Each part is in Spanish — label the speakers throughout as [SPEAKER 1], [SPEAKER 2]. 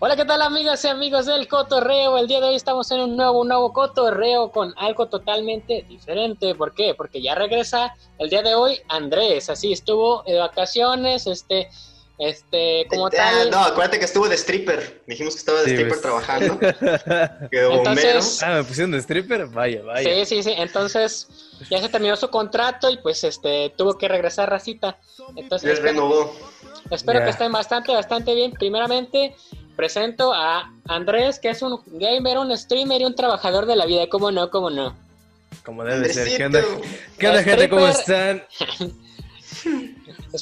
[SPEAKER 1] Hola, ¿qué tal amigas y amigos del Cotorreo? El día de hoy estamos en un nuevo, un nuevo Cotorreo con algo totalmente diferente. ¿Por qué? Porque ya regresa el día de hoy Andrés. Así estuvo de vacaciones, este, este, como
[SPEAKER 2] Ah,
[SPEAKER 1] tal.
[SPEAKER 2] No, acuérdate que estuvo de stripper. Dijimos que estaba de
[SPEAKER 3] Sí,
[SPEAKER 2] stripper
[SPEAKER 3] pues.
[SPEAKER 2] trabajando. Que de bombero.
[SPEAKER 1] Entonces-
[SPEAKER 3] Ah, me pusieron de stripper. Vaya, vaya.
[SPEAKER 1] Sí, sí, sí. Entonces ya se terminó su contrato y pues este tuvo que regresar Racita. Entonces
[SPEAKER 2] Les renovó.
[SPEAKER 1] Espero
[SPEAKER 3] Ya.
[SPEAKER 1] que estén bastante, bastante bien. Primeramente, presento a Andrés, que es un gamer, un streamer y un trabajador de la vida. ¿Cómo no? ¿Cómo no?
[SPEAKER 3] Como debe ser. ¿Qué onda,
[SPEAKER 2] Andresito.
[SPEAKER 3] qué onda, gente? ¿Cómo
[SPEAKER 1] Stripper.
[SPEAKER 3] están?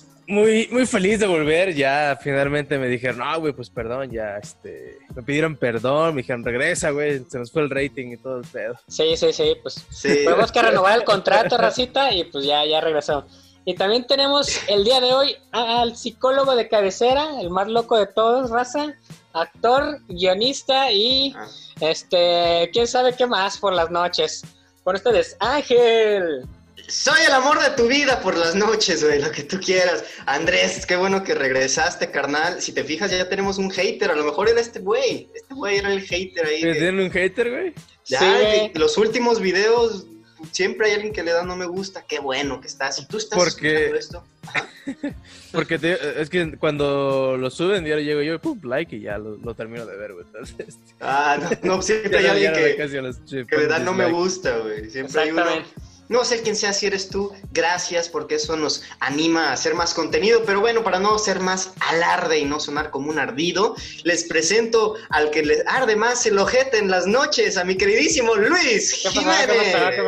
[SPEAKER 3] Muy, muy feliz de volver. Ya finalmente me dijeron, ah, güey, pues perdón, ya, este. Me pidieron perdón, me dijeron, regresa, güey. Se nos fue el rating y todo el pedo.
[SPEAKER 1] Sí, sí, sí, pues
[SPEAKER 2] Sí.
[SPEAKER 1] tuvimos que renovar el contrato, Racita, y pues ya, ya regresó. Y también tenemos el día de hoy a- al psicólogo de cabecera, el más loco de todos, raza, actor, guionista y
[SPEAKER 2] Ah,
[SPEAKER 1] este, quién sabe qué más por las noches. Con ustedes, Ángel.
[SPEAKER 2] Soy el amor de tu vida por las noches, güey, lo que tú quieras. Andrés, qué bueno que regresaste, carnal. Si te fijas, ya tenemos un hater. A lo mejor era este güey. Este güey era el hater ahí.
[SPEAKER 3] ¿Me
[SPEAKER 2] de-
[SPEAKER 3] tienen un hater, güey?
[SPEAKER 2] Ya,
[SPEAKER 1] Sí, güey.
[SPEAKER 2] de- los últimos videos, siempre hay alguien que le da no me gusta. Qué bueno que estás. Si tú estás
[SPEAKER 3] Porque-
[SPEAKER 2] escuchando esto,
[SPEAKER 3] Porque te- es que cuando lo suben, yo llego yo, pum, like y ya lo, lo termino de ver, güey. Entonces,
[SPEAKER 2] ah, no, no, siempre
[SPEAKER 3] ya
[SPEAKER 2] hay
[SPEAKER 3] no- ya
[SPEAKER 2] alguien
[SPEAKER 3] no
[SPEAKER 2] que,
[SPEAKER 3] doy casi a los-
[SPEAKER 2] que le da no me
[SPEAKER 3] dislike.
[SPEAKER 2] gusta, güey. Siempre hay uno. No sé quién sea, si eres tú, gracias porque eso nos anima a hacer más contenido, pero bueno, para no ser más alarde y no sonar como un ardido, les presento al que les arde más el ojete en las noches, a mi queridísimo Luis
[SPEAKER 1] ¿Qué pasó? ¿Qué
[SPEAKER 2] Jiménez.
[SPEAKER 1] pasó? ¿Qué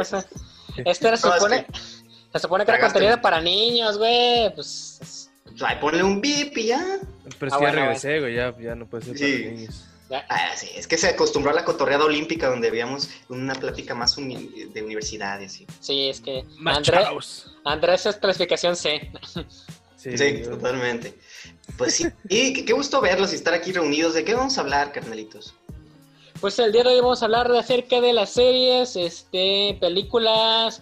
[SPEAKER 1] pasó? Este se
[SPEAKER 2] No, es
[SPEAKER 1] supone,
[SPEAKER 2] que-
[SPEAKER 1] se supone que era
[SPEAKER 2] Cagaste.
[SPEAKER 1] contenido para niños, güey. Pues es-
[SPEAKER 2] Ay, ponle un bip y ya.
[SPEAKER 3] Pero es
[SPEAKER 1] Ah,
[SPEAKER 3] que ya
[SPEAKER 1] bueno,
[SPEAKER 3] regresé, güey, ya, ya no puede ser para
[SPEAKER 2] Sí.
[SPEAKER 3] los niños.
[SPEAKER 1] ya.
[SPEAKER 2] Ah, sí, es que se acostumbró a la cotorreada olímpica donde habíamos una plática más uni- de universidades. y-
[SPEAKER 1] sí, es que André-
[SPEAKER 3] Machaos.
[SPEAKER 1] Andrés es clasificación C.
[SPEAKER 3] Sí,
[SPEAKER 2] Sí,
[SPEAKER 3] yo-
[SPEAKER 2] totalmente. Pues sí, y qué- qué gusto verlos y estar aquí reunidos. ¿De qué vamos a hablar, carnalitos?
[SPEAKER 1] Pues el día de hoy vamos a hablar de acerca de las series, este, películas,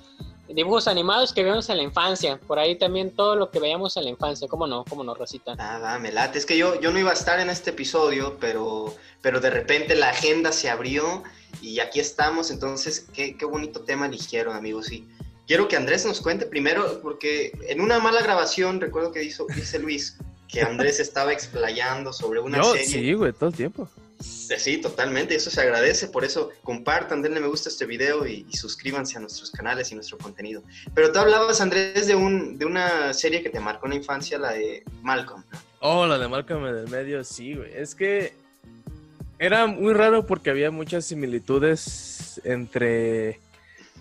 [SPEAKER 1] dibujos animados que vemos en la infancia. Por ahí también todo lo que veíamos en la infancia. ¿Cómo no? ¿Cómo no, Rosita?
[SPEAKER 2] Ah, va, me late. Es que yo, yo no iba a estar en este episodio, pero, pero de repente la agenda se abrió y aquí estamos. Entonces, qué, qué bonito tema eligieron, amigos. Y quiero que Andrés nos cuente primero, porque en una mala grabación, recuerdo que hizo, dice Luis, que Andrés estaba explayando sobre una
[SPEAKER 3] yo,
[SPEAKER 2] serie.
[SPEAKER 3] sí, güey, todo el tiempo.
[SPEAKER 2] Sí, sí, totalmente, eso se agradece, por eso compartan, denle me gusta a este video y, y suscríbanse a nuestros canales y nuestro contenido. Pero tú hablabas, Andrés, de, un, de una serie que te marcó en la infancia, la de Malcolm. ¿no?
[SPEAKER 3] Oh, la de Márcame del Medio, sí, güey. Es que era muy raro porque había muchas similitudes entre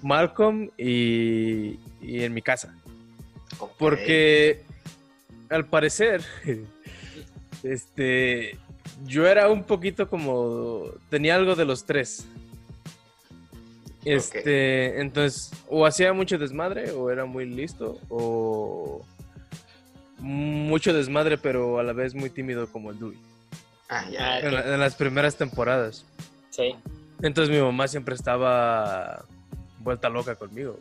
[SPEAKER 3] Malcolm y, y en mi casa.
[SPEAKER 2] Ok.
[SPEAKER 3] Porque al parecer, este, yo era un poquito como, tenía algo de los tres. Este, entonces, o hacía mucho desmadre, o era muy listo, o mucho desmadre, pero a la vez muy tímido como el Dewey.
[SPEAKER 2] Ah, ya.
[SPEAKER 3] En, la- en las primeras temporadas.
[SPEAKER 1] Sí.
[SPEAKER 3] Entonces mi mamá siempre estaba vuelta loca conmigo.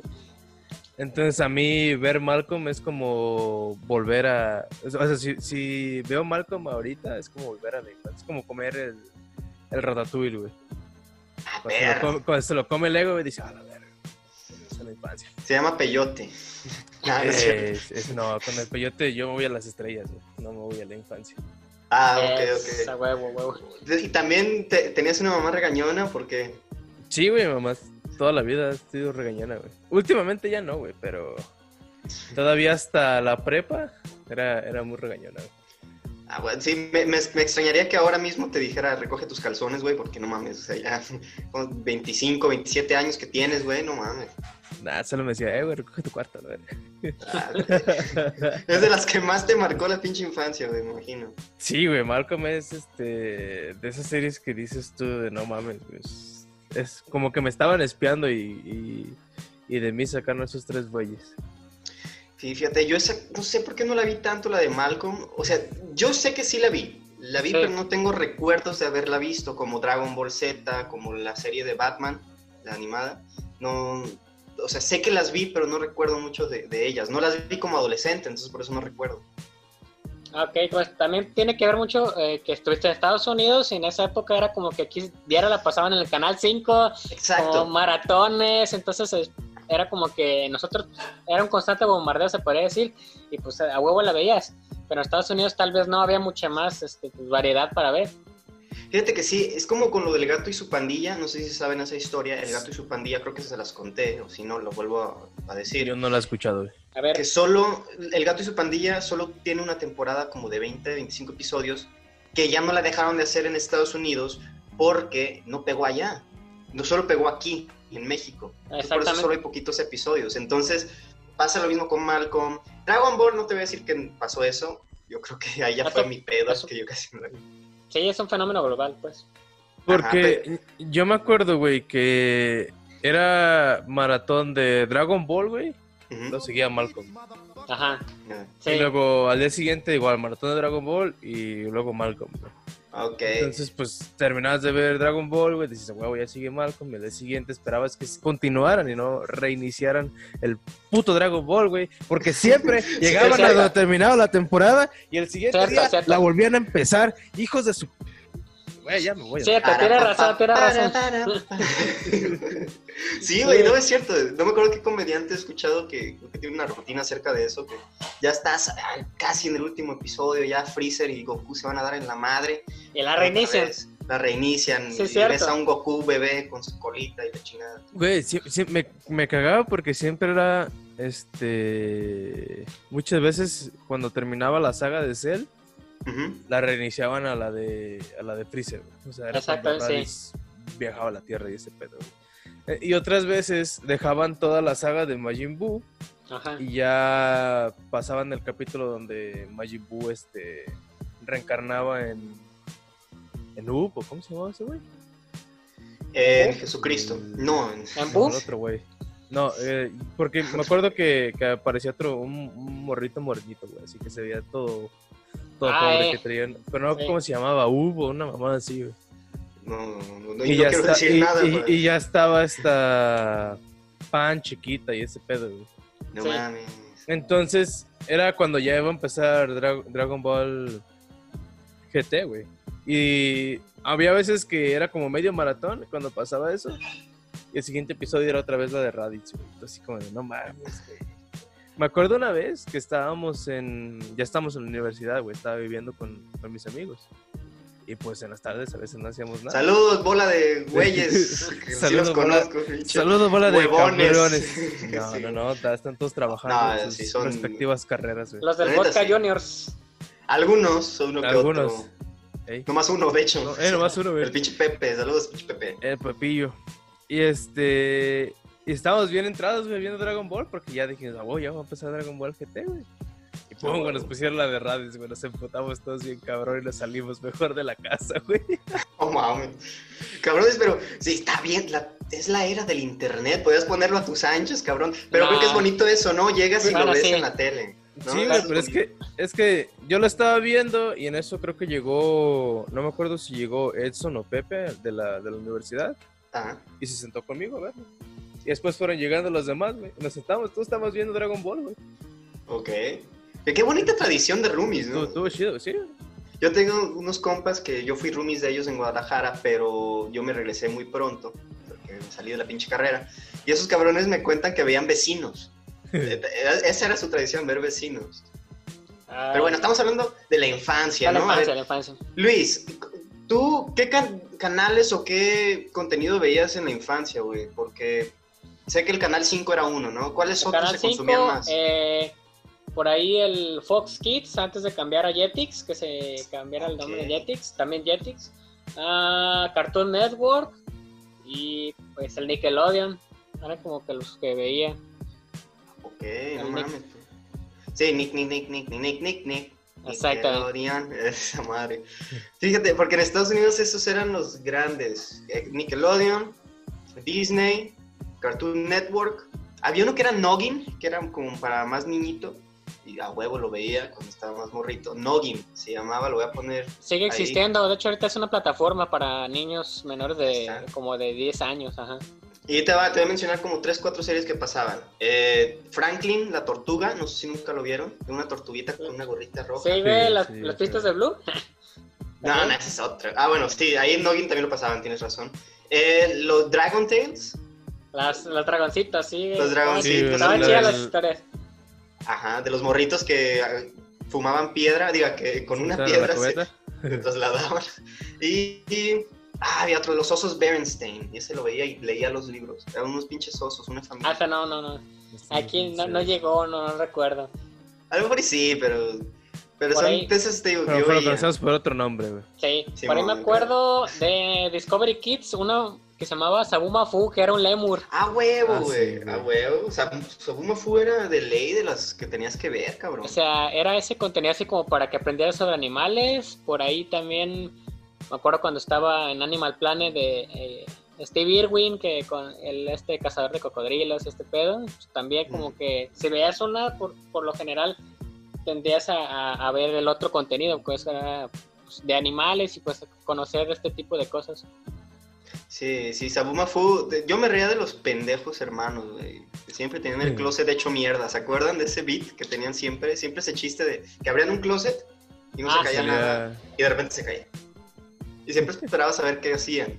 [SPEAKER 3] Entonces a mí ver Malcolm es como volver a... O sea, si, si veo Malcolm ahorita es como volver a la infancia. Es como comer el, el ratatouille, güey.
[SPEAKER 2] Ah,
[SPEAKER 3] Cuando, se lo
[SPEAKER 2] perro.
[SPEAKER 3] come- cuando se lo come el ego y dice, a la verga. Es la infancia.
[SPEAKER 2] Se llama peyote. pues. Ah, no es cierto.
[SPEAKER 3] Es- es- no, con el peyote yo me voy a las estrellas, güey. No me voy a la infancia.
[SPEAKER 2] Ah, ok,
[SPEAKER 1] Es a
[SPEAKER 2] ok.
[SPEAKER 1] huevo, huevo.
[SPEAKER 2] Y también te- tenías una mamá regañona porque...
[SPEAKER 3] Sí, güey, mamá. Toda la vida ha sido regañona, güey. Últimamente ya no, güey, pero todavía hasta la prepa era, era muy regañona, güey.
[SPEAKER 2] Ah, bueno, sí, me, me- me extrañaría que ahora mismo te dijera, recoge tus calzones, güey, porque no mames, o sea, ya con 25, 27 años que tienes, güey, no mames.
[SPEAKER 3] Nah, solo me decía, eh, güey, recoge tu cuarto, güey.
[SPEAKER 2] Ah, es de las que más te marcó la pinche infancia, güey, me imagino.
[SPEAKER 3] Sí, güey, Malcolm es este. De esas series que dices tú de no mames, güey. Es, es como que me estaban espiando y, y, y de mí sacaron esos tres güeyes.
[SPEAKER 2] Sí, fíjate, yo esa, no sé por qué no la vi tanto la de Malcolm. O sea, yo sé que sí la vi. La vi,
[SPEAKER 1] Sí.
[SPEAKER 2] pero no tengo recuerdos de haberla visto, como Dragon Ball Z, como la serie de Batman, la animada. No, o sea, sé que las vi, pero no recuerdo mucho de, de ellas. No las vi como adolescente, entonces por eso no recuerdo.
[SPEAKER 1] Ok, pues también tiene que ver mucho eh, que estuviste en Estados Unidos y en esa época era como que aquí diario la pasaban en el Canal 5, como
[SPEAKER 2] Exacto.
[SPEAKER 1] Oh. maratones, entonces es- era como que nosotros, era un constante bombardeo se podría decir, y pues a huevo la veías, pero en Estados Unidos tal vez no había mucha más este, pues, variedad para ver.
[SPEAKER 2] Fíjate que sí, es como con lo del gato y su pandilla, no sé si saben esa historia, el gato y su pandilla creo que se las conté, o si no, lo vuelvo a, a decir.
[SPEAKER 3] Yo no la he escuchado. güey.
[SPEAKER 1] A ver,
[SPEAKER 2] que solo El Gato y su Pandilla solo tiene una temporada como de 20, 25 episodios que ya no la dejaron de hacer en Estados Unidos porque no pegó allá. No solo pegó aquí, en México. Entonces, Por eso
[SPEAKER 1] Exactamente.
[SPEAKER 2] solo hay poquitos episodios. Entonces pasa lo mismo con Malcolm. Dragon Ball, no te voy a decir que pasó eso. Yo creo que ahí ya
[SPEAKER 1] Eso-
[SPEAKER 2] fue mi pedo,
[SPEAKER 1] eso-
[SPEAKER 2] que yo casi no la vi.
[SPEAKER 1] sí, es un fenómeno global, pues.
[SPEAKER 3] Porque yo me acuerdo, güey, que era maratón de Dragon Ball, güey.
[SPEAKER 2] Ujú.
[SPEAKER 3] Lo seguía Malcolm.
[SPEAKER 1] Ajá, sí.
[SPEAKER 3] Y luego al día siguiente, igual, maratón de Dragon Ball y luego Malcolm. güey.
[SPEAKER 2] Ok.
[SPEAKER 3] Entonces, pues terminabas de ver Dragon Ball, güey, dices, huevo, ya sigue Malcolm. Y al día siguiente esperabas que continuaran y no reiniciaran el puto Dragon Ball, güey. Porque siempre llegaban a
[SPEAKER 1] cierto.
[SPEAKER 3] donde terminaba la temporada y el siguiente
[SPEAKER 1] Cierto,
[SPEAKER 3] día
[SPEAKER 1] cierto.
[SPEAKER 3] la volvían a empezar. Hijos de su. Güey, ya me voy. güey.
[SPEAKER 1] Cierto, tienes
[SPEAKER 2] Ah,
[SPEAKER 1] razón, tienes razón.
[SPEAKER 2] Sí, güey, no es cierto. No me acuerdo qué comediante he escuchado que, que tiene una rutina acerca de eso, que ya estás ah, casi en el último episodio, ya Freezer y Goku se van a dar en la madre.
[SPEAKER 1] Y la reinician.
[SPEAKER 2] ah. Otra vez, La reinician
[SPEAKER 1] Sí,
[SPEAKER 2] y
[SPEAKER 1] cierto.
[SPEAKER 2] ves a un Goku bebé con su colita y la chingada.
[SPEAKER 3] Güey, sí- sí, me, me cagaba porque siempre era, este, muchas veces cuando terminaba la saga de Cell,
[SPEAKER 2] Ujú.
[SPEAKER 3] la reiniciaban a la de, a la de Freezer. güey. O sea, era
[SPEAKER 1] Exacto,
[SPEAKER 3] cuando Raditz viajaba a la Tierra y ese pedo. güey. Eh, Y otras veces dejaban toda la saga de Majin Buu
[SPEAKER 1] Ajá.
[SPEAKER 3] y ya pasaban el capítulo donde Majin Buu, este, reencarnaba en, en Up, ¿o ¿cómo se llamaba ese güey?
[SPEAKER 2] En Jesucristo. No, en-
[SPEAKER 1] ¿En
[SPEAKER 3] No,
[SPEAKER 1] Buff?
[SPEAKER 3] el otro güey. No, eh, porque me acuerdo que, que aparecía otro, un, un morrito morenito, güey, así que se veía todo, todo
[SPEAKER 1] Ah,
[SPEAKER 3] pobre
[SPEAKER 1] eh.
[SPEAKER 3] que traían. Pero no,
[SPEAKER 1] Sí.
[SPEAKER 3] ¿cómo se llamaba? Hubo una mamada así, güey.
[SPEAKER 2] no, no, no, no, yo no quiero
[SPEAKER 3] está-
[SPEAKER 2] decir
[SPEAKER 3] y-
[SPEAKER 2] nada,
[SPEAKER 3] y-
[SPEAKER 2] güey.
[SPEAKER 3] y ya estaba esta pan chiquita y ese pedo, güey.
[SPEAKER 2] No
[SPEAKER 1] Sí.
[SPEAKER 2] mames.
[SPEAKER 3] Entonces, era cuando ya iba a empezar Dra- Dragon Ball GT, güey. Y había veces que era como medio maratón cuando pasaba eso. Y el siguiente episodio era otra vez la de Raditz, güey. Entonces, así como de, no mames, güey. Me acuerdo una vez que estábamos en. Ya estábamos en la universidad, güey. Estaba viviendo con, con mis amigos. Y pues en las tardes a veces no hacíamos nada.
[SPEAKER 2] Saludos, bola de güeyes. que sí los
[SPEAKER 3] Saludos, bola-
[SPEAKER 2] conozco, pinche.
[SPEAKER 3] Saludos, bola de
[SPEAKER 2] Huevones.
[SPEAKER 3] cabrones. No,
[SPEAKER 2] Sí.
[SPEAKER 3] no, no, están todos trabajando
[SPEAKER 2] No,
[SPEAKER 3] en sus
[SPEAKER 2] sí son-
[SPEAKER 3] respectivas carreras, güey.
[SPEAKER 1] Los del
[SPEAKER 2] La neta,
[SPEAKER 1] Boca
[SPEAKER 2] sí.
[SPEAKER 1] Juniors.
[SPEAKER 2] Algunos, uno que
[SPEAKER 3] Algunos.
[SPEAKER 2] otro.
[SPEAKER 3] Ey.
[SPEAKER 2] Nomás uno, de hecho.
[SPEAKER 3] No, eh, nomás uno, güey.
[SPEAKER 2] El pinche Pepe, saludos, pinche Pepe.
[SPEAKER 3] El papillo. Y este. y estábamos bien entrados, güey, viendo Dragon Ball, porque ya dijimos, ah, güey, ya va a empezar Dragon Ball GT, güey. Y pum, güey, nos pusieron la de Raditz, güey, nos emputamos todos bien cabrón y nos salimos mejor de la casa, güey.
[SPEAKER 2] No Oh, mames. Cabrones, pero sí, está bien. la- es la era del internet. Podías ponerlo a tus anchos, cabrón. Pero
[SPEAKER 1] Nah.
[SPEAKER 2] creo que es bonito eso, ¿no? Llegas y
[SPEAKER 1] Bueno,
[SPEAKER 2] lo ves
[SPEAKER 1] sí.
[SPEAKER 2] en la tele. ¿no?
[SPEAKER 3] sí, güey,
[SPEAKER 2] Eso
[SPEAKER 3] pero es
[SPEAKER 2] bonito.
[SPEAKER 3] que, es que yo lo estaba viendo y en eso creo que llegó, no me acuerdo si llegó Edson o Pepe de la, de la universidad
[SPEAKER 2] Ah,
[SPEAKER 3] y se sentó conmigo, güey. Y después fueron llegando los demás, güey. Nos sentamos, todos estábamos viendo Dragon Ball, güey.
[SPEAKER 2] ok. Qué bonita tradición de roomies, ¿no?
[SPEAKER 3] Estuvo estuvo chido, güey, sí. güey.
[SPEAKER 2] Yo tengo unos compas que yo fui roomies de ellos en Guadalajara, pero yo me regresé muy pronto, porque me salí de la pinche carrera. Y esos cabrones me cuentan que veían vecinos. Eh, eh, Esa era su tradición, ver vecinos.
[SPEAKER 1] Ah,
[SPEAKER 2] Pero bueno, estamos hablando de la infancia,
[SPEAKER 1] la
[SPEAKER 2] ¿no? A ver,
[SPEAKER 1] infancia, la infancia.
[SPEAKER 2] Luis, ¿tú qué can- canales o qué contenido veías en la infancia, güey? Porque sé que el canal 5 era uno, ¿no? ¿Cuáles otros
[SPEAKER 1] Canal
[SPEAKER 2] se consumían
[SPEAKER 1] 5,
[SPEAKER 2] más?
[SPEAKER 1] eh, por ahí el Fox Kids, antes de cambiar a Jetix, que se cambiara el nombre
[SPEAKER 2] Ok.
[SPEAKER 1] de Jetix, también Jetix. Ah, Cartoon Network y pues el Nickelodeon. Eran como que los que veía.
[SPEAKER 2] ok, no
[SPEAKER 1] el Nick.
[SPEAKER 2] mames. Sí, Nick, Nick, Nick, Nick, Nick, Nick, Nick, Nick.
[SPEAKER 1] Exactamente.
[SPEAKER 2] Nickelodeon, esa madre. Fíjate, porque en Estados Unidos esos eran los grandes. Eh, Nickelodeon, Disney, Cartoon Network. Había uno que era Noggin, que era como para más niñito. Y a huevo lo veía cuando estaba más morrito. Noggin se llamaba, lo voy a poner.
[SPEAKER 1] Sigue
[SPEAKER 2] Ahí.
[SPEAKER 1] existiendo, de hecho ahorita es una plataforma para niños menores de
[SPEAKER 2] Ahí está.
[SPEAKER 1] como de 10 años, ajá.
[SPEAKER 2] Y te, va, te voy a mencionar como tres, cuatro series que pasaban. Eh, Franklin, la tortuga, no sé si nunca lo vieron, de una tortuguita con una gorrita roja.
[SPEAKER 1] Sí, güey,
[SPEAKER 3] Sí,
[SPEAKER 1] las,
[SPEAKER 3] sí,
[SPEAKER 1] las
[SPEAKER 3] sí.
[SPEAKER 1] pistas de Blue.
[SPEAKER 2] No, no, esa es otra. Ah, bueno, sí, ahí en Noggin también lo pasaban, tienes razón. Eh, los Dragon Tales,
[SPEAKER 1] Las, las dragoncitas, sí. güey.
[SPEAKER 2] Los dragoncitos,
[SPEAKER 1] Estaban- Estaban
[SPEAKER 3] las-
[SPEAKER 1] chidas las
[SPEAKER 3] las-
[SPEAKER 1] historias.
[SPEAKER 2] ajá, de los morritos que ah, fumaban piedra, diga, que con una
[SPEAKER 3] ¿Está
[SPEAKER 2] piedra
[SPEAKER 3] la
[SPEAKER 2] se,
[SPEAKER 3] cubeta?
[SPEAKER 2] se trasladaban. Y, y- ah, había otro, los osos Berenstein, y ese lo veía y leía los libros. Eran unos pinches osos, una familia.
[SPEAKER 1] Ah, esa no, no, no. Aquí no,
[SPEAKER 3] Sí.
[SPEAKER 1] no llegó, no, no recuerdo.
[SPEAKER 2] A lo mejor y sí, pero, pero
[SPEAKER 1] Por
[SPEAKER 2] son
[SPEAKER 1] ahí.
[SPEAKER 2] de esas, te digo, que
[SPEAKER 3] Pero
[SPEAKER 2] yo
[SPEAKER 3] fueron
[SPEAKER 2] veía.
[SPEAKER 3] conocidos por otro nombre, güey.
[SPEAKER 1] Sí,
[SPEAKER 2] Sí,
[SPEAKER 1] por ahí me
[SPEAKER 2] mamá,
[SPEAKER 1] acuerdo de Discovery Kids, uno que se llamaba Sabuma Fu, que era un lemur.
[SPEAKER 2] A huevo,
[SPEAKER 3] Ah, sí,
[SPEAKER 2] güey.
[SPEAKER 3] güey.
[SPEAKER 2] a huevo. O sea, Sabuma Fu era de ley de las que tenías que ver, cabrón.
[SPEAKER 1] O sea, era ese contenido así como para que aprendieras sobre animales. Por ahí también me acuerdo cuando estaba en Animal Planet de eh, Steve Irwin, que con el este cazador de cocodrilos, este pedo. pues, también como
[SPEAKER 3] Mm.
[SPEAKER 2] Ujú.
[SPEAKER 1] que si veías una, por, por lo general tendías a, a- a ver el otro contenido, pues era, pues, de animales y pues conocer este tipo de cosas.
[SPEAKER 2] Sí, sí, Sabuma Fu. de- Yo me reía de los pendejos hermanos, güey. que Siempre tenían el
[SPEAKER 3] Sí.
[SPEAKER 2] closet hecho mierda. ¿Se acuerdan de ese beat que tenían siempre? Siempre ese chiste de que abrían un closet y no
[SPEAKER 1] Ah,
[SPEAKER 2] se caía
[SPEAKER 3] Salía-
[SPEAKER 2] nada. Y de repente se caía. Y siempre esperaba saber qué hacían.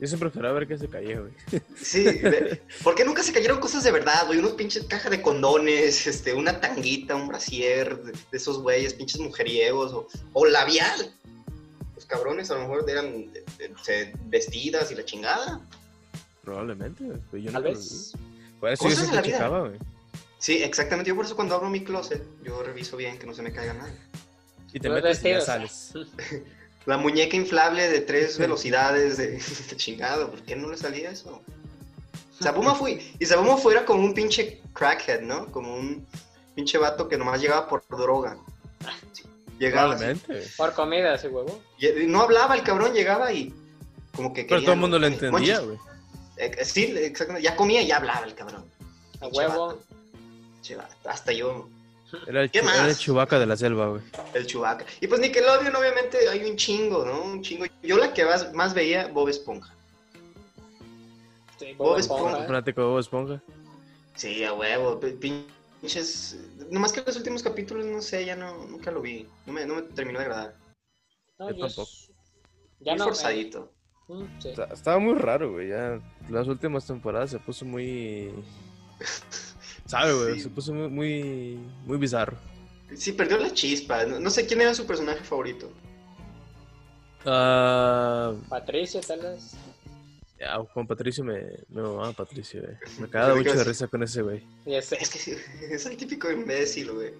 [SPEAKER 3] Yo siempre esperaba ver que se cayó, güey.
[SPEAKER 2] Sí, de- ¿por qué nunca se cayeron cosas de verdad, güey? Unos pinches cajas de condones, este, una tanguita, un brasier de, de esos güeyes, pinches mujeriegos, o, o labial. Los cabrones a lo mejor eran de- de- se- vestidas y la chingada.
[SPEAKER 3] Probablemente, güey. pero Yo
[SPEAKER 1] Tal
[SPEAKER 3] nunca lo
[SPEAKER 1] vez.
[SPEAKER 3] vi. Por eso yo
[SPEAKER 2] Cosas de la
[SPEAKER 3] siempre
[SPEAKER 2] vida.
[SPEAKER 3] checaba, güey.
[SPEAKER 2] Sí, exactamente. Yo por eso cuando abro mi closet, yo reviso bien que no se me caiga nada.
[SPEAKER 3] Y te
[SPEAKER 1] Los
[SPEAKER 3] metes y ya
[SPEAKER 1] vestidos.
[SPEAKER 3] sales.
[SPEAKER 2] La muñeca inflable de tres velocidades, de, de chingado, ¿por qué no le salía eso?
[SPEAKER 3] Ah,
[SPEAKER 2] Sabuma
[SPEAKER 3] pues.
[SPEAKER 2] fui, y Sabuma fue era como un pinche crackhead, ¿no? Como un pinche vato que nomás llegaba por droga. Sí, Llegaba, así.
[SPEAKER 3] Probablemente, güey.
[SPEAKER 1] Por comida, ese huevo.
[SPEAKER 2] Y- y no hablaba el cabrón, llegaba y como que
[SPEAKER 3] Pero
[SPEAKER 2] quería-
[SPEAKER 3] todo el mundo lo entendía,
[SPEAKER 2] Monchis.
[SPEAKER 3] güey.
[SPEAKER 2] Eh, Sí, exactamente, ya comía y ya hablaba el cabrón.
[SPEAKER 1] A
[SPEAKER 2] Pinche
[SPEAKER 1] huevo.
[SPEAKER 2] vato. Pinche vato, hasta yo
[SPEAKER 3] Era el,
[SPEAKER 2] ¿Qué
[SPEAKER 3] chu- era el
[SPEAKER 2] más?
[SPEAKER 3] chubaca de la selva, güey.
[SPEAKER 2] El Chewbacca. Y pues Nickelodeon, obviamente, hay un chingo, ¿no? Un chingo. Yo la que más, más veía, Bob Esponja.
[SPEAKER 1] Sí,
[SPEAKER 2] Bob
[SPEAKER 3] Oh,
[SPEAKER 1] Bob
[SPEAKER 2] Esponja.
[SPEAKER 1] Esponja.
[SPEAKER 3] Fanático de Bob Esponja.
[SPEAKER 2] Sí, a huevo. pe- Pinches. Nomás que los últimos capítulos, no sé, ya no, nunca lo vi. No me, no me terminó de agradar.
[SPEAKER 1] No,
[SPEAKER 3] Yo
[SPEAKER 1] yo es-
[SPEAKER 3] tampoco.
[SPEAKER 1] Ya
[SPEAKER 2] Muy
[SPEAKER 1] no. eh,
[SPEAKER 2] forzadito.
[SPEAKER 1] mm, sí.
[SPEAKER 3] Está- Estaba muy raro, güey. Ya las últimas temporadas se puso muy. ¿Sabe, güey?
[SPEAKER 2] Sí.
[SPEAKER 3] Se puso muy, muy, muy bizarro.
[SPEAKER 2] Sí, perdió la chispa. No, no sé quién era su personaje favorito.
[SPEAKER 3] Ah,
[SPEAKER 1] Patricio, tal vez.
[SPEAKER 3] ya, Juan Patricio me, me mamaba Patricio, güey. Me cagaba
[SPEAKER 2] Pensé que
[SPEAKER 3] mucho de
[SPEAKER 2] ibas-
[SPEAKER 3] risa con ese, güey.
[SPEAKER 1] Ya sé.
[SPEAKER 2] Es que sí, es el típico imbécil, güey.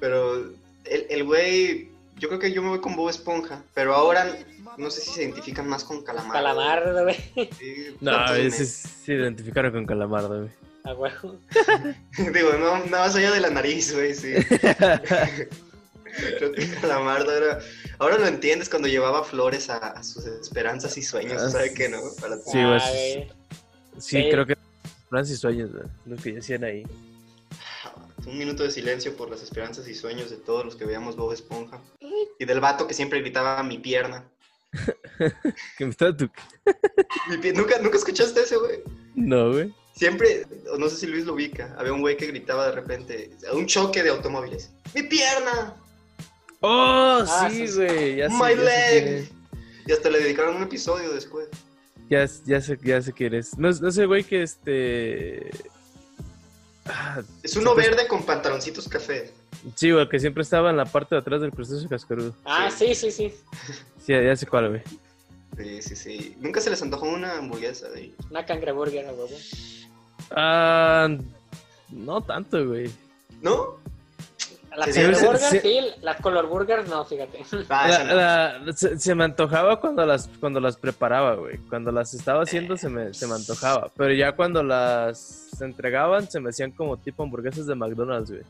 [SPEAKER 2] Pero el el güey. yo creo que yo me voy con Bob Esponja. Pero ahora no sé si se identifican más con Calamar.
[SPEAKER 1] Calamardo, güey.
[SPEAKER 2] Sí,
[SPEAKER 3] No,
[SPEAKER 2] Platos
[SPEAKER 3] güey,
[SPEAKER 2] de
[SPEAKER 3] se, se identificaron con Calamardo, güey.
[SPEAKER 1] A huevo.
[SPEAKER 2] Digo, no, nada más allá de la nariz, güey, sí. Creo que Calamardo era... Ahora lo entiendes cuando llevaba flores a, a sus esperanzas y sueños,
[SPEAKER 3] Ah,
[SPEAKER 2] ¿sabes
[SPEAKER 3] sí.
[SPEAKER 2] qué, no? Para-
[SPEAKER 3] Sí, güey.
[SPEAKER 1] Ah, güey.
[SPEAKER 3] Sí,
[SPEAKER 1] Sí.
[SPEAKER 3] creo que Francis Sueños, güey. Lo que decían ahí.
[SPEAKER 2] Un minuto de silencio por las esperanzas y sueños de todos los que veíamos Bob Esponja. Y del vato que siempre gritaba mi pierna.
[SPEAKER 3] Que me está tu.
[SPEAKER 2] Mi pie- ¿Nunca, ¿Nunca escuchaste ese, güey?
[SPEAKER 3] No, güey.
[SPEAKER 2] Siempre, o no sé si Luis lo ubica, había un güey que gritaba de repente, un choque de automóviles. ¡Mi pierna!
[SPEAKER 3] ¡Oh,
[SPEAKER 1] Ah,
[SPEAKER 3] sí,
[SPEAKER 1] sí, sí.
[SPEAKER 3] güey! Ya sé,
[SPEAKER 2] ¡My
[SPEAKER 3] ya sé
[SPEAKER 2] leg!
[SPEAKER 3] quién es.
[SPEAKER 2] Y hasta le dedicaron un episodio después.
[SPEAKER 3] Ya, ya sé, ya sé quién es. No, es- no sé, güey, que este. Ah,
[SPEAKER 2] Es uno verde con pantaloncitos café.
[SPEAKER 3] sí, güey, que siempre estaba en la parte de atrás del crustáceo cascarudo.
[SPEAKER 1] Ah, sí, sí, sí.
[SPEAKER 3] Sí, ya, ya sé cuál, güey.
[SPEAKER 2] Sí, sí, sí. Nunca se les antojó una hamburguesa de ahí.
[SPEAKER 1] Una cangreburger, a huevo.
[SPEAKER 3] Ah, no tanto, güey.
[SPEAKER 2] ¿No?
[SPEAKER 1] La
[SPEAKER 2] Sí,
[SPEAKER 1] cangreburger,
[SPEAKER 3] sí, sí.
[SPEAKER 1] sí. La color burger, no, fíjate.
[SPEAKER 2] Ah, esa no.
[SPEAKER 3] La- la- se, se me antojaba cuando las, cuando las preparaba, güey. Cuando las estaba
[SPEAKER 2] Eh.
[SPEAKER 3] haciendo se me, se me antojaba. Pero ya cuando las entregaban se me hacían como tipo hamburguesas de McDonald's, güey.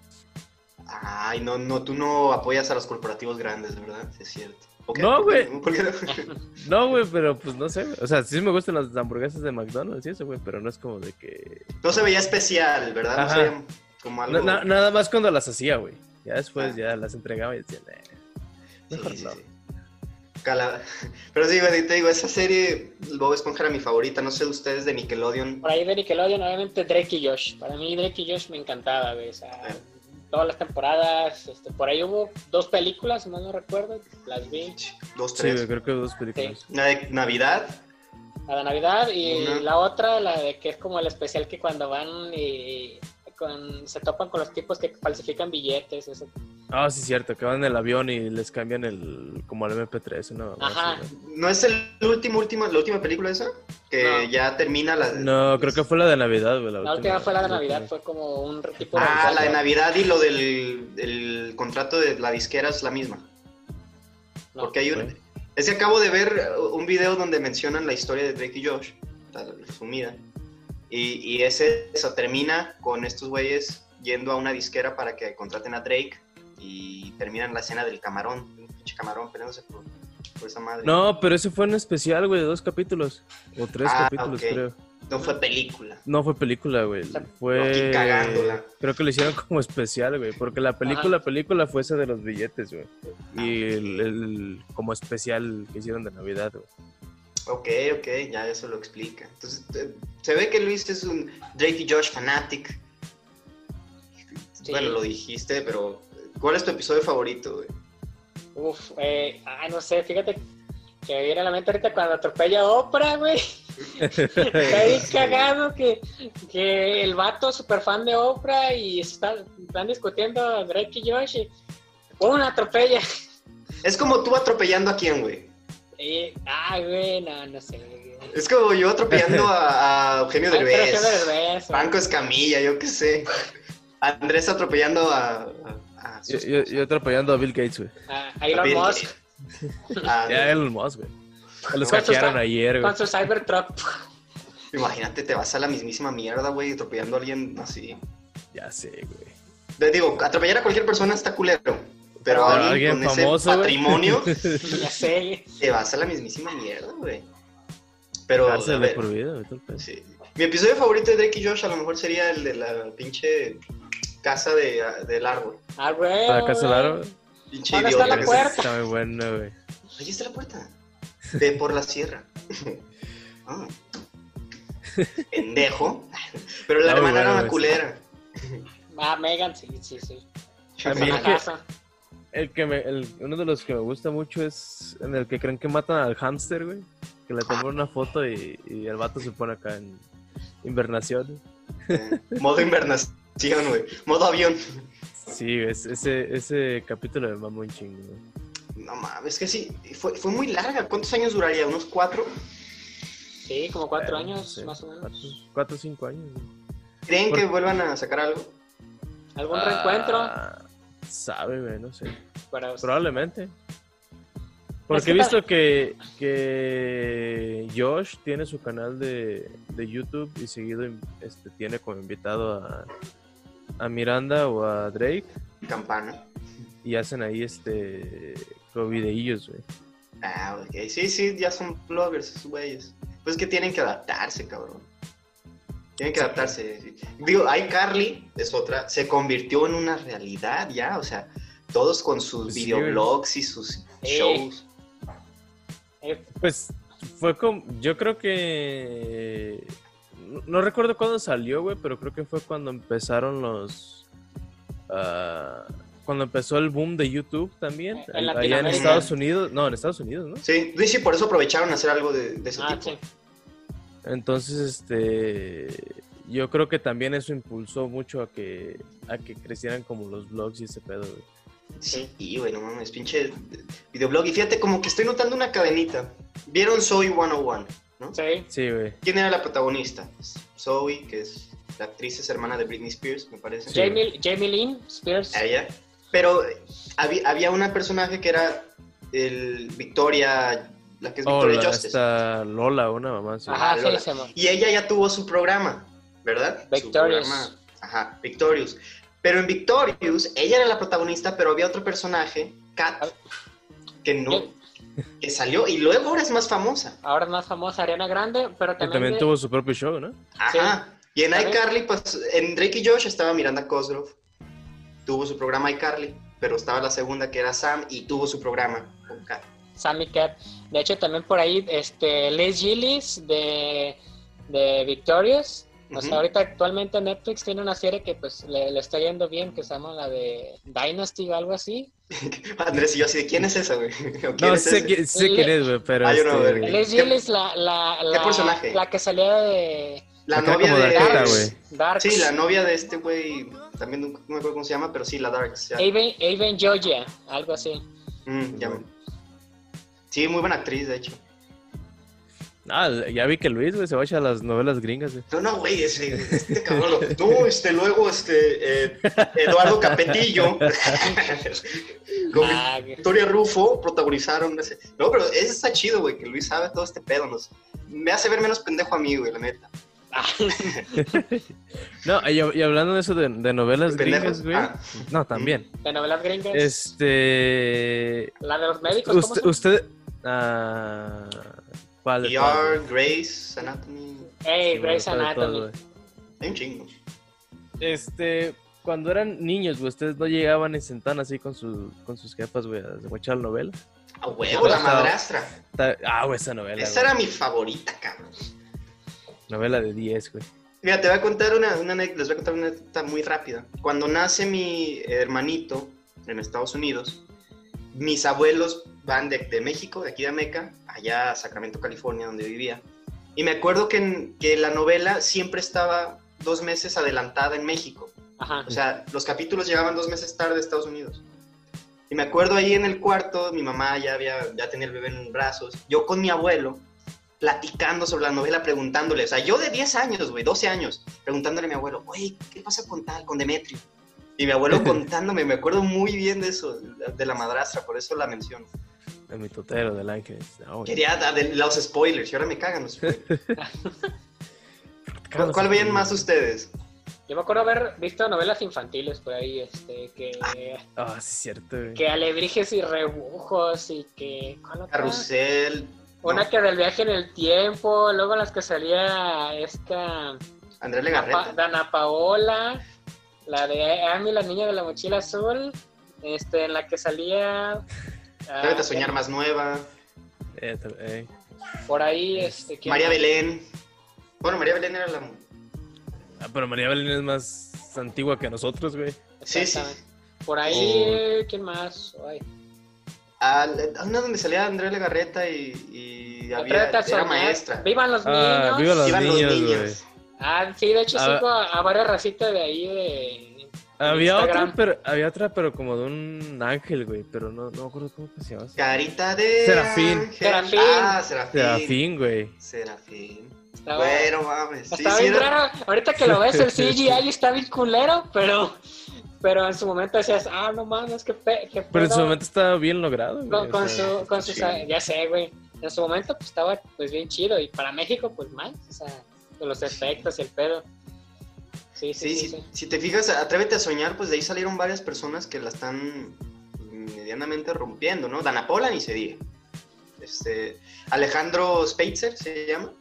[SPEAKER 2] Ay, no, no, tú no apoyas a los corporativos grandes, ¿verdad? Sí, es cierto. ¿Por qué?
[SPEAKER 3] No,
[SPEAKER 2] ¿Por qué
[SPEAKER 3] güey.
[SPEAKER 2] no? ¿Por qué no?
[SPEAKER 3] No, güey, pero pues no sé, güey. O sea, sí me gustan las hamburguesas de McDonald's y eso, güey, pero no es como de que
[SPEAKER 2] No se veía especial, ¿verdad? No
[SPEAKER 3] Ajá.
[SPEAKER 2] se veía como algo...
[SPEAKER 3] Na- na- nada más cuando las hacía, güey. Ya después
[SPEAKER 2] Ah.
[SPEAKER 3] ya las entregaba y decían, eh,
[SPEAKER 2] Sí,
[SPEAKER 3] mejor
[SPEAKER 2] sí,
[SPEAKER 3] no.
[SPEAKER 2] sí. Cala- Pero sí, güey, te digo, esa serie, Bob Esponja era mi favorita, no sé ustedes de Nickelodeon.
[SPEAKER 1] Por ahí de Nickelodeon, obviamente Drake y Josh. Para mí Drake y Josh me encantaba, güey. O sea,
[SPEAKER 2] Claro.
[SPEAKER 1] todas las temporadas, este, por ahí hubo dos películas, si mal no recuerdo, las vi.
[SPEAKER 2] Dos,
[SPEAKER 3] Sí,
[SPEAKER 2] tres.
[SPEAKER 3] güey, creo que dos películas.
[SPEAKER 2] Una de Navidad,
[SPEAKER 1] La de Navidad y
[SPEAKER 2] Una.
[SPEAKER 1] la otra, la de que es como el especial que cuando van y con- se topan con los tipos que falsifican billetes. eso.
[SPEAKER 3] Ah, sí, cierto, que van en el avión y les cambian el. como el MP3, ¿no?
[SPEAKER 1] Ajá.
[SPEAKER 3] Así,
[SPEAKER 2] ¿no es el último, último, la última película esa? Que
[SPEAKER 1] No.
[SPEAKER 2] ya termina la...
[SPEAKER 3] güey. No, creo que fue la de Navidad, güey.
[SPEAKER 1] La última fue la de Navidad, fue como un tipo de...
[SPEAKER 2] Ah, la de Navidad y lo del el contrato de la disquera es la misma.
[SPEAKER 1] No.
[SPEAKER 2] Porque hay
[SPEAKER 3] Ah, Ok.
[SPEAKER 2] un... Es que acabo de ver uh, un video donde mencionan la historia de Drake y Josh, la resumida. Y, y ese eso termina con estos güeyes yendo a una disquera para que contraten a Drake y terminan la escena del camarón, un pinche camarón peleándose por, por esa
[SPEAKER 1] pues.
[SPEAKER 2] madre.
[SPEAKER 3] No, pero ese fue en especial, güey, de dos capítulos. O tres
[SPEAKER 2] Ah,
[SPEAKER 3] capítulos,
[SPEAKER 2] ok.
[SPEAKER 3] creo.
[SPEAKER 2] No fue película.
[SPEAKER 3] No fue película, güey. Fue.
[SPEAKER 2] Aquí cagándola.
[SPEAKER 3] Creo que lo hicieron como especial, güey. Porque la película, película fue esa de los billetes, güey. Y
[SPEAKER 1] Ah.
[SPEAKER 3] el, el- como especial que hicieron de Navidad, güey.
[SPEAKER 2] Ok, ok, ya eso lo explica. Entonces, eh, se ve que Luis es un Drake y Josh fanatic.
[SPEAKER 1] Sí.
[SPEAKER 2] Bueno, lo dijiste, pero ¿cuál es tu episodio favorito? güey?
[SPEAKER 1] Uf, eh, ah, no sé, fíjate que me viene a la mente ahorita cuando atropella a Oprah, güey. Está bien
[SPEAKER 2] Sí.
[SPEAKER 1] cagado que, que el vato super fan de Oprah y está- están discutiendo Drake y Josh y ¡pum! atropella.
[SPEAKER 2] Es como tú atropellando a quién, güey.
[SPEAKER 1] Y, ah, güey, no, no sé. güey.
[SPEAKER 2] Es como yo atropellando a, a Eugenio
[SPEAKER 1] Ah, pero
[SPEAKER 2] Derbez,
[SPEAKER 1] Eugenio Derbez, güey.
[SPEAKER 2] Franco Escamilla, yo qué sé. Andrés atropellando a... a- a
[SPEAKER 3] Yo,
[SPEAKER 2] sus-
[SPEAKER 3] yo, yo atropellando a Bill Gates, güey.
[SPEAKER 1] Ah,
[SPEAKER 2] a
[SPEAKER 1] Elon
[SPEAKER 2] Bill
[SPEAKER 1] Musk
[SPEAKER 2] Gates. Ah,
[SPEAKER 3] Ya Elon Musk, güey. Los
[SPEAKER 1] Con sus-
[SPEAKER 3] hackearon ayer, güey.
[SPEAKER 1] con su Cybertruck.
[SPEAKER 2] Imagínate, te vas a la mismísima mierda, güey, atropellando a alguien así.
[SPEAKER 3] Ya sé, güey.
[SPEAKER 2] Te digo, atropellar a cualquier persona está culero. Pero
[SPEAKER 3] Pero
[SPEAKER 2] a alguien
[SPEAKER 3] alguien
[SPEAKER 2] con
[SPEAKER 3] famoso,
[SPEAKER 2] ese
[SPEAKER 3] güey.
[SPEAKER 2] patrimonio
[SPEAKER 1] pues, Ya sé. güey.
[SPEAKER 2] te vas a la mismísima mierda, güey. Pero, a
[SPEAKER 3] Cárcel de
[SPEAKER 2] ver,
[SPEAKER 3] por vida, güey. todo el pedo.
[SPEAKER 2] sí. Mi episodio favorito de Drake y Josh a lo mejor sería el de la pinche casa de, del árbol.
[SPEAKER 1] Ah, güey.
[SPEAKER 3] ¿Para cancelar,
[SPEAKER 1] güey.
[SPEAKER 3] güey?
[SPEAKER 2] Pinche
[SPEAKER 1] Ahora
[SPEAKER 2] idiota
[SPEAKER 1] está la
[SPEAKER 2] que se-
[SPEAKER 1] puerta.
[SPEAKER 3] Está muy bueno, güey.
[SPEAKER 2] Ahí está la puerta. De por la sierra. Ah. Pendejo. Pero la
[SPEAKER 3] Está muy
[SPEAKER 2] hermana era
[SPEAKER 3] bueno
[SPEAKER 2] una
[SPEAKER 3] eso.
[SPEAKER 2] culera.
[SPEAKER 1] Ah, Megan, sí, sí, sí.
[SPEAKER 3] A mí-
[SPEAKER 1] Personajazo.
[SPEAKER 3] El que me, el- uno de los que me gusta mucho es en el que creen que matan al hámster, güey. Que le toman una foto y, y el vato se pone acá en invernación.
[SPEAKER 2] Eh, modo invernación, güey. Modo avión.
[SPEAKER 3] Sí, es- ese, ese capítulo me mamó un chingo. güey.
[SPEAKER 2] No mames, es que sí. Fue, fue muy larga. ¿Cuántos años duraría? ¿Unos cuatro?
[SPEAKER 1] Sí, como cuatro
[SPEAKER 3] Eh, no
[SPEAKER 1] años,
[SPEAKER 3] sé,
[SPEAKER 1] más o menos.
[SPEAKER 3] cuatro- Cuatro o cinco años. güey.
[SPEAKER 2] ¿Creen
[SPEAKER 3] Por-
[SPEAKER 2] que vuelvan a sacar algo?
[SPEAKER 1] ¿Algún reencuentro?
[SPEAKER 3] Ah, Sabe, güey, no sé.
[SPEAKER 1] Pero,
[SPEAKER 3] Probablemente.
[SPEAKER 1] Es que
[SPEAKER 3] Porque he
[SPEAKER 1] tal-
[SPEAKER 3] visto que, que Josh tiene su canal de, de YouTube y seguido este, tiene como invitado a, a Miranda o a Drake
[SPEAKER 2] Campana.
[SPEAKER 3] y hacen ahí este como videillos, güey.
[SPEAKER 2] Ah, ok. Sí, sí, ya son bloggers esos güeyes. Pues que tienen que adaptarse, cabrón. Tienen que adaptarse. Digo, iCarly es otra. Se convirtió en una realidad ya. O sea, todos con sus
[SPEAKER 3] Sí,
[SPEAKER 2] videoblogs y sus
[SPEAKER 1] Sí.
[SPEAKER 2] shows.
[SPEAKER 1] eh,
[SPEAKER 3] Pues fue como, yo creo que, no, no recuerdo cuándo salió, güey, pero creo que fue cuando empezaron los, ah, cuando empezó el boom de YouTube también,
[SPEAKER 1] En
[SPEAKER 3] ahí- allá en
[SPEAKER 1] Latinoamérica.
[SPEAKER 3] Estados Unidos, no, en Estados Unidos, ¿no?
[SPEAKER 2] Sí, sí, sí, por eso aprovecharon a hacer algo de, de ese
[SPEAKER 1] ah,
[SPEAKER 2] tipo.
[SPEAKER 1] sí.
[SPEAKER 3] Entonces, este, yo creo que también eso impulsó mucho a que, a que crecieran como los blogs y ese pedo, güey.
[SPEAKER 2] Sí, y bueno, mames, pinche videoblog. Y fíjate, como que estoy notando una cadenita. ¿Vieron Soy 101? ¿No?
[SPEAKER 1] Sí.
[SPEAKER 3] Sí, güey.
[SPEAKER 2] ¿Quién era la protagonista? Zoe, que es la actriz, es hermana de Britney Spears, me parece.
[SPEAKER 3] Sí.
[SPEAKER 1] Jamie, Jamie Lynn Spears.
[SPEAKER 2] A ella. Pero eh, había, había una personaje que era el Victoria, la que es
[SPEAKER 3] Oh,
[SPEAKER 2] Victoria
[SPEAKER 3] la-
[SPEAKER 2] Justice.
[SPEAKER 3] esta Lola, una mamá, sí.
[SPEAKER 1] Ajá,
[SPEAKER 2] Lola.
[SPEAKER 1] sí, se llama.
[SPEAKER 2] Y ella ya tuvo su programa, ¿verdad? Su
[SPEAKER 1] Victorious.
[SPEAKER 2] programa. Ajá, Victorious. Pero en Victorious, ella era la protagonista, pero había otro personaje, Kat, que no, que salió y luego ahora es más famosa.
[SPEAKER 1] Ahora es más famosa Ariana Grande, pero
[SPEAKER 3] Que
[SPEAKER 1] también,
[SPEAKER 3] también
[SPEAKER 1] de-
[SPEAKER 3] tuvo su propio show, ¿no?
[SPEAKER 2] Ajá. Y en
[SPEAKER 1] También-
[SPEAKER 2] iCarly, pues, en Drake y Josh estaba Miranda Cosgrove. Tuvo su programa iCarly, pero estaba la segunda que era Sam y tuvo su programa con Kat.
[SPEAKER 1] Sammy Cat. De hecho, también por ahí, este, Liz Gillis de, de Victorious. O sea,
[SPEAKER 2] Ujú.
[SPEAKER 1] ahorita actualmente Netflix tiene una serie que pues le, le está yendo bien, que se llama la de Dynasty o algo así.
[SPEAKER 2] Andrés y yo así, de, ¿quién es esa, güey? ¿O quién
[SPEAKER 3] No,
[SPEAKER 2] es
[SPEAKER 3] sé,
[SPEAKER 2] ese?
[SPEAKER 3] que, sé quién es, güey, pero.
[SPEAKER 2] Hay una
[SPEAKER 3] este,
[SPEAKER 2] verga.
[SPEAKER 1] Liz
[SPEAKER 2] ¿Qué-
[SPEAKER 1] Gillis, la, la, la,
[SPEAKER 2] personaje?
[SPEAKER 1] la que salía de
[SPEAKER 2] La
[SPEAKER 3] Acá
[SPEAKER 2] novia
[SPEAKER 3] como
[SPEAKER 2] de...
[SPEAKER 3] Darkseid,
[SPEAKER 1] Darks.
[SPEAKER 3] güey.
[SPEAKER 1] Darks.
[SPEAKER 2] Sí, la novia de este güey, también no me acuerdo cómo se llama, pero sí, la Darks. ya.
[SPEAKER 1] Aven, Aven Georgia, algo así.
[SPEAKER 2] Mm, ya. Sí, muy buena actriz, de hecho.
[SPEAKER 3] Ah, ya vi que Luis, güey, se va a echar las novelas gringas, güey.
[SPEAKER 2] No, no, güey, ese, este cabrón. lo- No, este, luego, este, eh, Eduardo Capetillo, con
[SPEAKER 1] Ah,
[SPEAKER 2] Victoria Rufo, protagonizaron. ese- No, pero ese está chido, güey, que Luis sabe todo este pedo. nos- Me hace ver menos pendejo a mí, güey, la neta.
[SPEAKER 3] No, y, y hablando de eso de, de novelas
[SPEAKER 2] ¿Pendejos?
[SPEAKER 3] gringas, güey.
[SPEAKER 2] Ah.
[SPEAKER 3] No, también.
[SPEAKER 1] de novelas gringas.
[SPEAKER 3] Este.
[SPEAKER 1] La de los médicos, ¿cómo
[SPEAKER 3] Usted.
[SPEAKER 1] se-
[SPEAKER 3] usted ah, ¿Cuál de todas, güey?
[SPEAKER 2] ER, Grace, Anatomy.
[SPEAKER 1] Ey,
[SPEAKER 3] Sí, güey,
[SPEAKER 1] Grey's
[SPEAKER 3] ¿cuál de todas,
[SPEAKER 1] Anatomy.
[SPEAKER 3] güey?
[SPEAKER 2] Hay un chingo.
[SPEAKER 3] Este, cuando eran niños, güey, ustedes no llegaban y sentaban así con, su, con sus jefas, güey, a escuchar novela.
[SPEAKER 2] A huevo, la
[SPEAKER 3] Estaba-
[SPEAKER 2] madrastra.
[SPEAKER 3] Ta- Ah, güey, esa novela.
[SPEAKER 2] Esa
[SPEAKER 3] güey.
[SPEAKER 2] era mi favorita, cabrón.
[SPEAKER 3] Novela de 10, güey.
[SPEAKER 2] Mira, te voy a contar una, una anécdota, les voy a contar una anécdota muy rápida. Cuando nace mi hermanito en Estados Unidos, mis abuelos van de, de México, de aquí de Ameca, allá a Sacramento, California, donde vivía. Y me acuerdo que, en- que la novela siempre estaba dos meses adelantada en México.
[SPEAKER 1] Ajá.
[SPEAKER 2] O sea, los capítulos llegaban dos meses tarde a Estados Unidos. Y me acuerdo ahí en el cuarto, mi mamá ya, había, ya tenía el bebé en brazos, yo con mi abuelo platicando sobre la novela, preguntándole, o sea, yo de 10 años, güey, 12 años, preguntándole a mi abuelo, güey, ¿qué pasa con tal, con Demetrio? Y mi abuelo contándome, me acuerdo muy bien de eso, de la madrastra, por eso la menciono.
[SPEAKER 3] De mi totero, del ángel. Ah, güey.
[SPEAKER 2] Quería dar de los spoilers, y ahora me cagan los spoilers. ¿Cuál,
[SPEAKER 3] Cállate,
[SPEAKER 2] cuál veían
[SPEAKER 3] güey.
[SPEAKER 2] más ustedes?
[SPEAKER 1] Yo me acuerdo haber visto novelas infantiles por ahí, este, que,
[SPEAKER 3] Ah, sí, es cierto, güey.
[SPEAKER 1] que alebrijes y rebujos y que... ¿cuál otra?
[SPEAKER 2] Carrusel,
[SPEAKER 1] Una
[SPEAKER 2] no.
[SPEAKER 1] que del viaje en el tiempo, luego las que salía esta... Dana,
[SPEAKER 2] Andrés Legarreta.
[SPEAKER 1] Dana Paola, la de Amy, la niña de la mochila azul, este, en la que salía... ah,
[SPEAKER 2] Debe soñar más nueva.
[SPEAKER 3] Eh, ta- eh.
[SPEAKER 1] Por ahí, este... ¿quién
[SPEAKER 2] María
[SPEAKER 1] más?
[SPEAKER 2] Belén. Bueno, María Belén era la.
[SPEAKER 3] Ah, pero María Belén es más antigua que nosotros, güey.
[SPEAKER 2] Sí, sí.
[SPEAKER 1] Exactamente. Por ahí,
[SPEAKER 3] O-
[SPEAKER 1] ¿quién más? Ay,
[SPEAKER 2] Ah, la- una donde salía Andrea Legarreta y, y había,
[SPEAKER 1] atrévete a
[SPEAKER 2] era
[SPEAKER 1] soñar.
[SPEAKER 2] maestra.
[SPEAKER 1] ¡Vivan los
[SPEAKER 3] Ah,
[SPEAKER 1] niños!
[SPEAKER 3] viva los
[SPEAKER 2] Iban los
[SPEAKER 3] niños, güey.
[SPEAKER 2] niños.
[SPEAKER 1] Ah, sí, de hecho
[SPEAKER 3] A-
[SPEAKER 1] sigo a, a varias racitas de ahí de...
[SPEAKER 3] Había otra,
[SPEAKER 1] Instagram.
[SPEAKER 3] pero, había otra, pero como de un ángel, güey. Pero no, no me acuerdo cómo que se llama.
[SPEAKER 2] Carita de.
[SPEAKER 3] Serafín.
[SPEAKER 2] ángel.
[SPEAKER 1] Serafín.
[SPEAKER 2] Ah, Serafín. Serafín.
[SPEAKER 3] Serafín, güey.
[SPEAKER 1] Estaba,
[SPEAKER 2] Bueno, mames. Sí,
[SPEAKER 1] estaba
[SPEAKER 2] sí,
[SPEAKER 1] bien
[SPEAKER 2] era-
[SPEAKER 1] raro. Ahorita que lo ves, el CGI está bien culero, pero... Pero en su momento decías, ah, no mames, qué, pe qué
[SPEAKER 3] Pero en su
[SPEAKER 1] pedo".
[SPEAKER 3] momento estaba bien logrado, güey.
[SPEAKER 1] Con,
[SPEAKER 3] o
[SPEAKER 1] con
[SPEAKER 3] sea.
[SPEAKER 1] su, con sus,
[SPEAKER 2] sí.
[SPEAKER 1] ya sé, güey. En su momento, pues estaba pues bien chido. Y para México, pues más. O sea, con los efectos y el pedo. Sí, sí, sí.
[SPEAKER 2] Sí, si-
[SPEAKER 1] sí.
[SPEAKER 2] si te fijas, Atrévete a soñar, pues de ahí salieron varias personas que la están pues, medianamente rompiendo, ¿no? Dana Paula ni se diga. Este, Alejandro Speitzer se llama.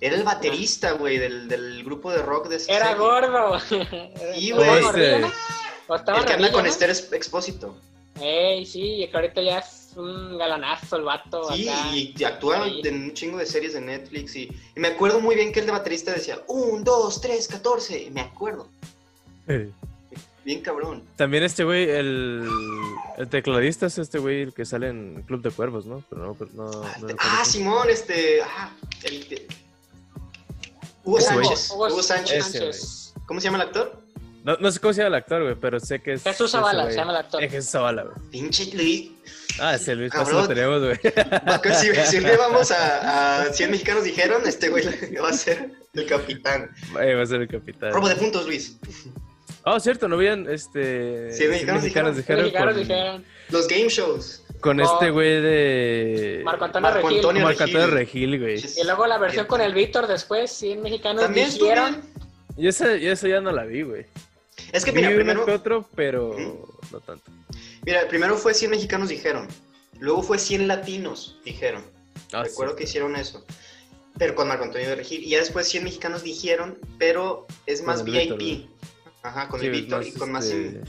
[SPEAKER 2] Era el baterista, güey, del, del grupo de rock de
[SPEAKER 1] Era
[SPEAKER 2] serie.
[SPEAKER 1] gordo.
[SPEAKER 2] Sí,
[SPEAKER 1] Estaba
[SPEAKER 2] güey.
[SPEAKER 1] gordillo,
[SPEAKER 3] Este.
[SPEAKER 1] ¿no? O estaba
[SPEAKER 2] El que anda
[SPEAKER 1] gordillo,
[SPEAKER 2] con este
[SPEAKER 1] ¿no?
[SPEAKER 2] Esther Ex- Expósito.
[SPEAKER 1] Ey, sí, y que ahorita ya es un galanazo el vato.
[SPEAKER 2] Sí,
[SPEAKER 1] Oh, acá.
[SPEAKER 2] y actúa
[SPEAKER 1] Sí.
[SPEAKER 2] en un chingo de series de Netflix. Y, y me acuerdo muy bien que el de baterista decía: 1, 2, 3, 14. Y me acuerdo. Bien cabrón.
[SPEAKER 3] También este güey, el, el tecladista es este güey, el que sale en Club de Cuervos, ¿no? Pero no, pero no, no
[SPEAKER 2] ah,
[SPEAKER 3] recuerdo
[SPEAKER 2] este- ah,
[SPEAKER 3] cómo.
[SPEAKER 2] Simón, este. Ah, el, que- Hugo
[SPEAKER 3] Ese güey.
[SPEAKER 2] Sánchez. Hugo, Sánchez.
[SPEAKER 3] Ese,
[SPEAKER 2] ¿Cómo se llama el actor?
[SPEAKER 3] No, no sé cómo se llama el actor, güey, pero sé que es.
[SPEAKER 1] Jesús
[SPEAKER 3] ese
[SPEAKER 1] Zavala,
[SPEAKER 3] güey.
[SPEAKER 1] se llama el actor.
[SPEAKER 3] Es Jesús Zavala, güey.
[SPEAKER 2] Pinche Luis.
[SPEAKER 3] Ah, ese Luis,
[SPEAKER 2] Cabrón.
[SPEAKER 3] pues lo tenemos, güey.
[SPEAKER 2] Si, si un día vamos a, a 100 mexicanos dijeron, este güey va a ser el capitán.
[SPEAKER 3] Ahí va a ser el capitán.
[SPEAKER 2] Robo de puntos, Luis.
[SPEAKER 3] Ah, cierto, no habían este.
[SPEAKER 2] Cien
[SPEAKER 1] Los
[SPEAKER 2] mexicanos
[SPEAKER 1] mexicanos
[SPEAKER 3] con,
[SPEAKER 1] dijeron,
[SPEAKER 2] Los game shows.
[SPEAKER 3] con
[SPEAKER 1] No.
[SPEAKER 3] este güey de.
[SPEAKER 1] Marco Antonio
[SPEAKER 2] Marco
[SPEAKER 1] Regil.
[SPEAKER 2] Antonio
[SPEAKER 3] Marco Antonio Regil, güey.
[SPEAKER 2] Pinches-
[SPEAKER 1] Y luego la versión con el Víctor después, 100 mexicanos
[SPEAKER 2] También
[SPEAKER 1] dijeron.
[SPEAKER 2] estuvieron-
[SPEAKER 3] Y esa, y esa ya no la vi, güey.
[SPEAKER 2] Es que
[SPEAKER 3] vi
[SPEAKER 2] mira,
[SPEAKER 3] uno
[SPEAKER 2] primero.
[SPEAKER 3] que otro, pero
[SPEAKER 2] Ujú.
[SPEAKER 3] no tanto.
[SPEAKER 2] Mira, primero fue 100 mexicanos dijeron, luego fue 100 latinos dijeron.
[SPEAKER 3] Ah,
[SPEAKER 2] Recuerdo
[SPEAKER 3] sí.
[SPEAKER 2] que hicieron eso. Pero con Marco Antonio de Regil. Y ya después 100 mexicanos dijeron, pero es más
[SPEAKER 3] el
[SPEAKER 2] VIP.
[SPEAKER 3] Víctor, ¿no?
[SPEAKER 2] Ajá, con
[SPEAKER 3] Sí, este,
[SPEAKER 2] el
[SPEAKER 3] es
[SPEAKER 2] Víctor y con más...
[SPEAKER 3] este,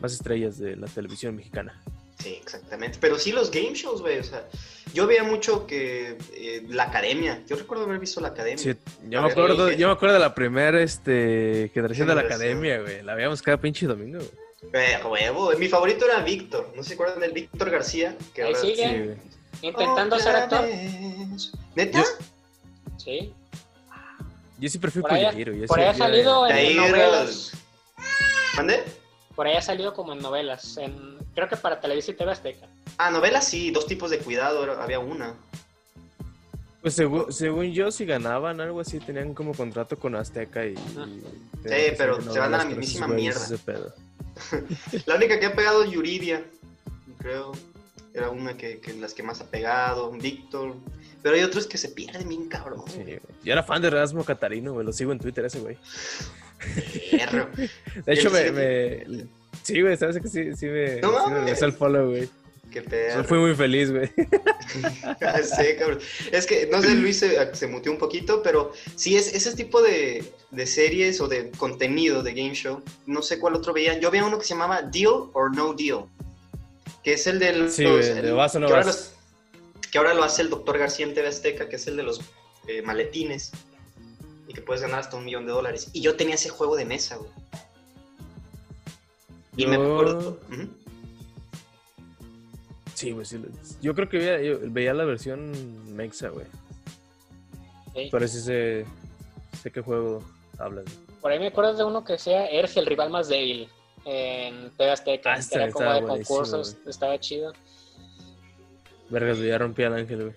[SPEAKER 3] más estrellas de la televisión mexicana.
[SPEAKER 2] Sí, exactamente. Pero sí los game shows, güey. O sea, yo veía mucho que eh, la academia. Yo recuerdo haber visto la academia.
[SPEAKER 3] Sí, yo,
[SPEAKER 2] A
[SPEAKER 3] me
[SPEAKER 2] ver,
[SPEAKER 3] acuerdo,
[SPEAKER 2] dije-
[SPEAKER 3] yo me acuerdo de la primera este, generación de la
[SPEAKER 2] Generación.
[SPEAKER 3] academia, güey. La veíamos cada pinche domingo, güey.
[SPEAKER 2] Eh, a huevo. Mi favorito era Víctor. ¿No se acuerdan del Víctor García? Que
[SPEAKER 1] Ahí
[SPEAKER 2] ahora-
[SPEAKER 3] Sí,
[SPEAKER 1] sigue.
[SPEAKER 3] güey.
[SPEAKER 1] Intentando
[SPEAKER 2] Otra
[SPEAKER 1] ser actor.
[SPEAKER 2] vez. ¿Neta?
[SPEAKER 1] Sí.
[SPEAKER 3] Yo siempre fui
[SPEAKER 1] Por ahí-
[SPEAKER 3] pollero. yo
[SPEAKER 1] por ahí ha
[SPEAKER 3] siempre-
[SPEAKER 1] salido
[SPEAKER 2] De
[SPEAKER 1] en
[SPEAKER 2] ahí
[SPEAKER 1] novelas.
[SPEAKER 2] era- ¿Mande?
[SPEAKER 1] Por ahí ha salido como en novelas. En, creo que para Televisa y TV Azteca.
[SPEAKER 2] Ah, novelas sí. Dos tipos de cuidado. era- Había una.
[SPEAKER 3] Pues según, según yo, si ganaban algo así, tenían como contrato con Azteca y...
[SPEAKER 1] Ah.
[SPEAKER 3] y tenían
[SPEAKER 2] Sí,
[SPEAKER 3] que
[SPEAKER 2] pero
[SPEAKER 3] hacer
[SPEAKER 2] se van a la
[SPEAKER 3] novelas con esos
[SPEAKER 2] mismísima
[SPEAKER 3] güeyes,
[SPEAKER 2] mierda.
[SPEAKER 3] ese pedo.
[SPEAKER 2] La única que ha pegado es Yuridia, creo. Era una que, que las que más ha pegado, Víctor. Pero hay otros que se pierden bien cabrón.
[SPEAKER 3] Sí, güey. yo era fan de Erasmo Catarino, güey. Lo sigo en Twitter ese güey.
[SPEAKER 2] Perro.
[SPEAKER 3] De hecho, me...
[SPEAKER 2] ¿Él
[SPEAKER 3] me- Sí, güey, sabes que sí, sí me...
[SPEAKER 2] No
[SPEAKER 3] sí me
[SPEAKER 2] mames.
[SPEAKER 3] regresó el follow, güey.
[SPEAKER 2] Qué
[SPEAKER 3] Yo
[SPEAKER 2] perro.
[SPEAKER 3] fui muy feliz, güey.
[SPEAKER 2] Sí, cabrón. Es que, no sé, Luis se, se muteó un poquito, pero sí, es ese tipo de, de series o de contenido de game show, no sé cuál otro veía. Yo veía uno que se llamaba Deal or No Deal, que es el del...
[SPEAKER 3] Sí, güey, de vas o no
[SPEAKER 2] que, ahora
[SPEAKER 3] vas.
[SPEAKER 2] los- que ahora lo hace el doctor García en TV Azteca, que es el de los eh, maletines, y que puedes ganar hasta un millón de dólares. Y yo tenía ese juego de mesa, güey. Y me
[SPEAKER 3] Yo-
[SPEAKER 2] acuerdo... Ujú.
[SPEAKER 3] Sí, güey, sí. lo- Yo creo que veía, yo veía la versión mexa, güey.
[SPEAKER 1] Sí.
[SPEAKER 3] Pero sí sé, sé qué juego hablas. güey.
[SPEAKER 1] Por ahí me acuerdo de uno que decía, eres el rival más débil en TV Azteca.
[SPEAKER 3] Ah,
[SPEAKER 1] que
[SPEAKER 3] está-
[SPEAKER 1] era como
[SPEAKER 3] estaba
[SPEAKER 1] de
[SPEAKER 3] buenísimo,
[SPEAKER 1] concursos, estaba chido.
[SPEAKER 3] Vergas, güey, ya rompí al ángel, güey.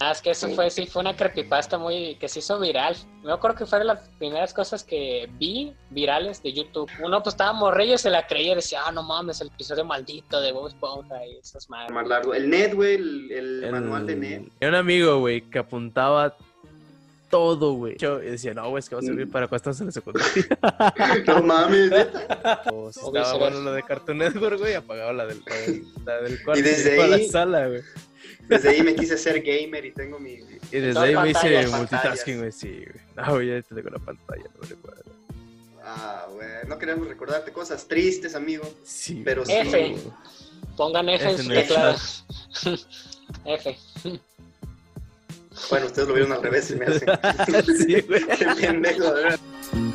[SPEAKER 1] Ah, es que eso fue, sí, fue una creepypasta muy, que se hizo viral. Me acuerdo que fueron las primeras cosas que vi virales de YouTube. Uno pues estaba morrillo y se la creía, decía, ah, no mames, el episodio maldito de Bob Esponja y esas madres.
[SPEAKER 2] Más largo. El net, güey, el, el
[SPEAKER 3] El-
[SPEAKER 2] manual de net.
[SPEAKER 3] Tenía un amigo, güey, que apuntaba todo, güey. Yo- Y decía, no, güey, es que va a
[SPEAKER 2] Mm.
[SPEAKER 3] servir para cuando estamos en la secundaria.
[SPEAKER 2] No mames.
[SPEAKER 3] O si
[SPEAKER 1] O
[SPEAKER 3] estaba
[SPEAKER 1] viceversa.
[SPEAKER 3] bueno lo de Cartoon Network, güey, apagaba la del, la del, la del cuarto.
[SPEAKER 2] Y desde
[SPEAKER 3] iba a
[SPEAKER 2] ahí-
[SPEAKER 3] la sala, güey.
[SPEAKER 2] Desde ahí me quise ser gamer y tengo mi.
[SPEAKER 3] Y desde
[SPEAKER 1] Dos
[SPEAKER 3] ahí me hice
[SPEAKER 1] pantallas.
[SPEAKER 3] multitasking, güey, sí, güey. No, güey, ya te tengo la pantalla, no me recuerdo.
[SPEAKER 2] Ah, güey. No queremos recordarte cosas tristes, amigo.
[SPEAKER 3] Sí.
[SPEAKER 2] Pero
[SPEAKER 3] güey.
[SPEAKER 1] sí. F. Pongan F, en
[SPEAKER 3] F
[SPEAKER 1] su
[SPEAKER 3] no es.
[SPEAKER 1] teclado. F.
[SPEAKER 2] Bueno, ustedes lo vieron al revés, se me hace.
[SPEAKER 3] Sí, güey.
[SPEAKER 2] Qué pendejo, de verdad.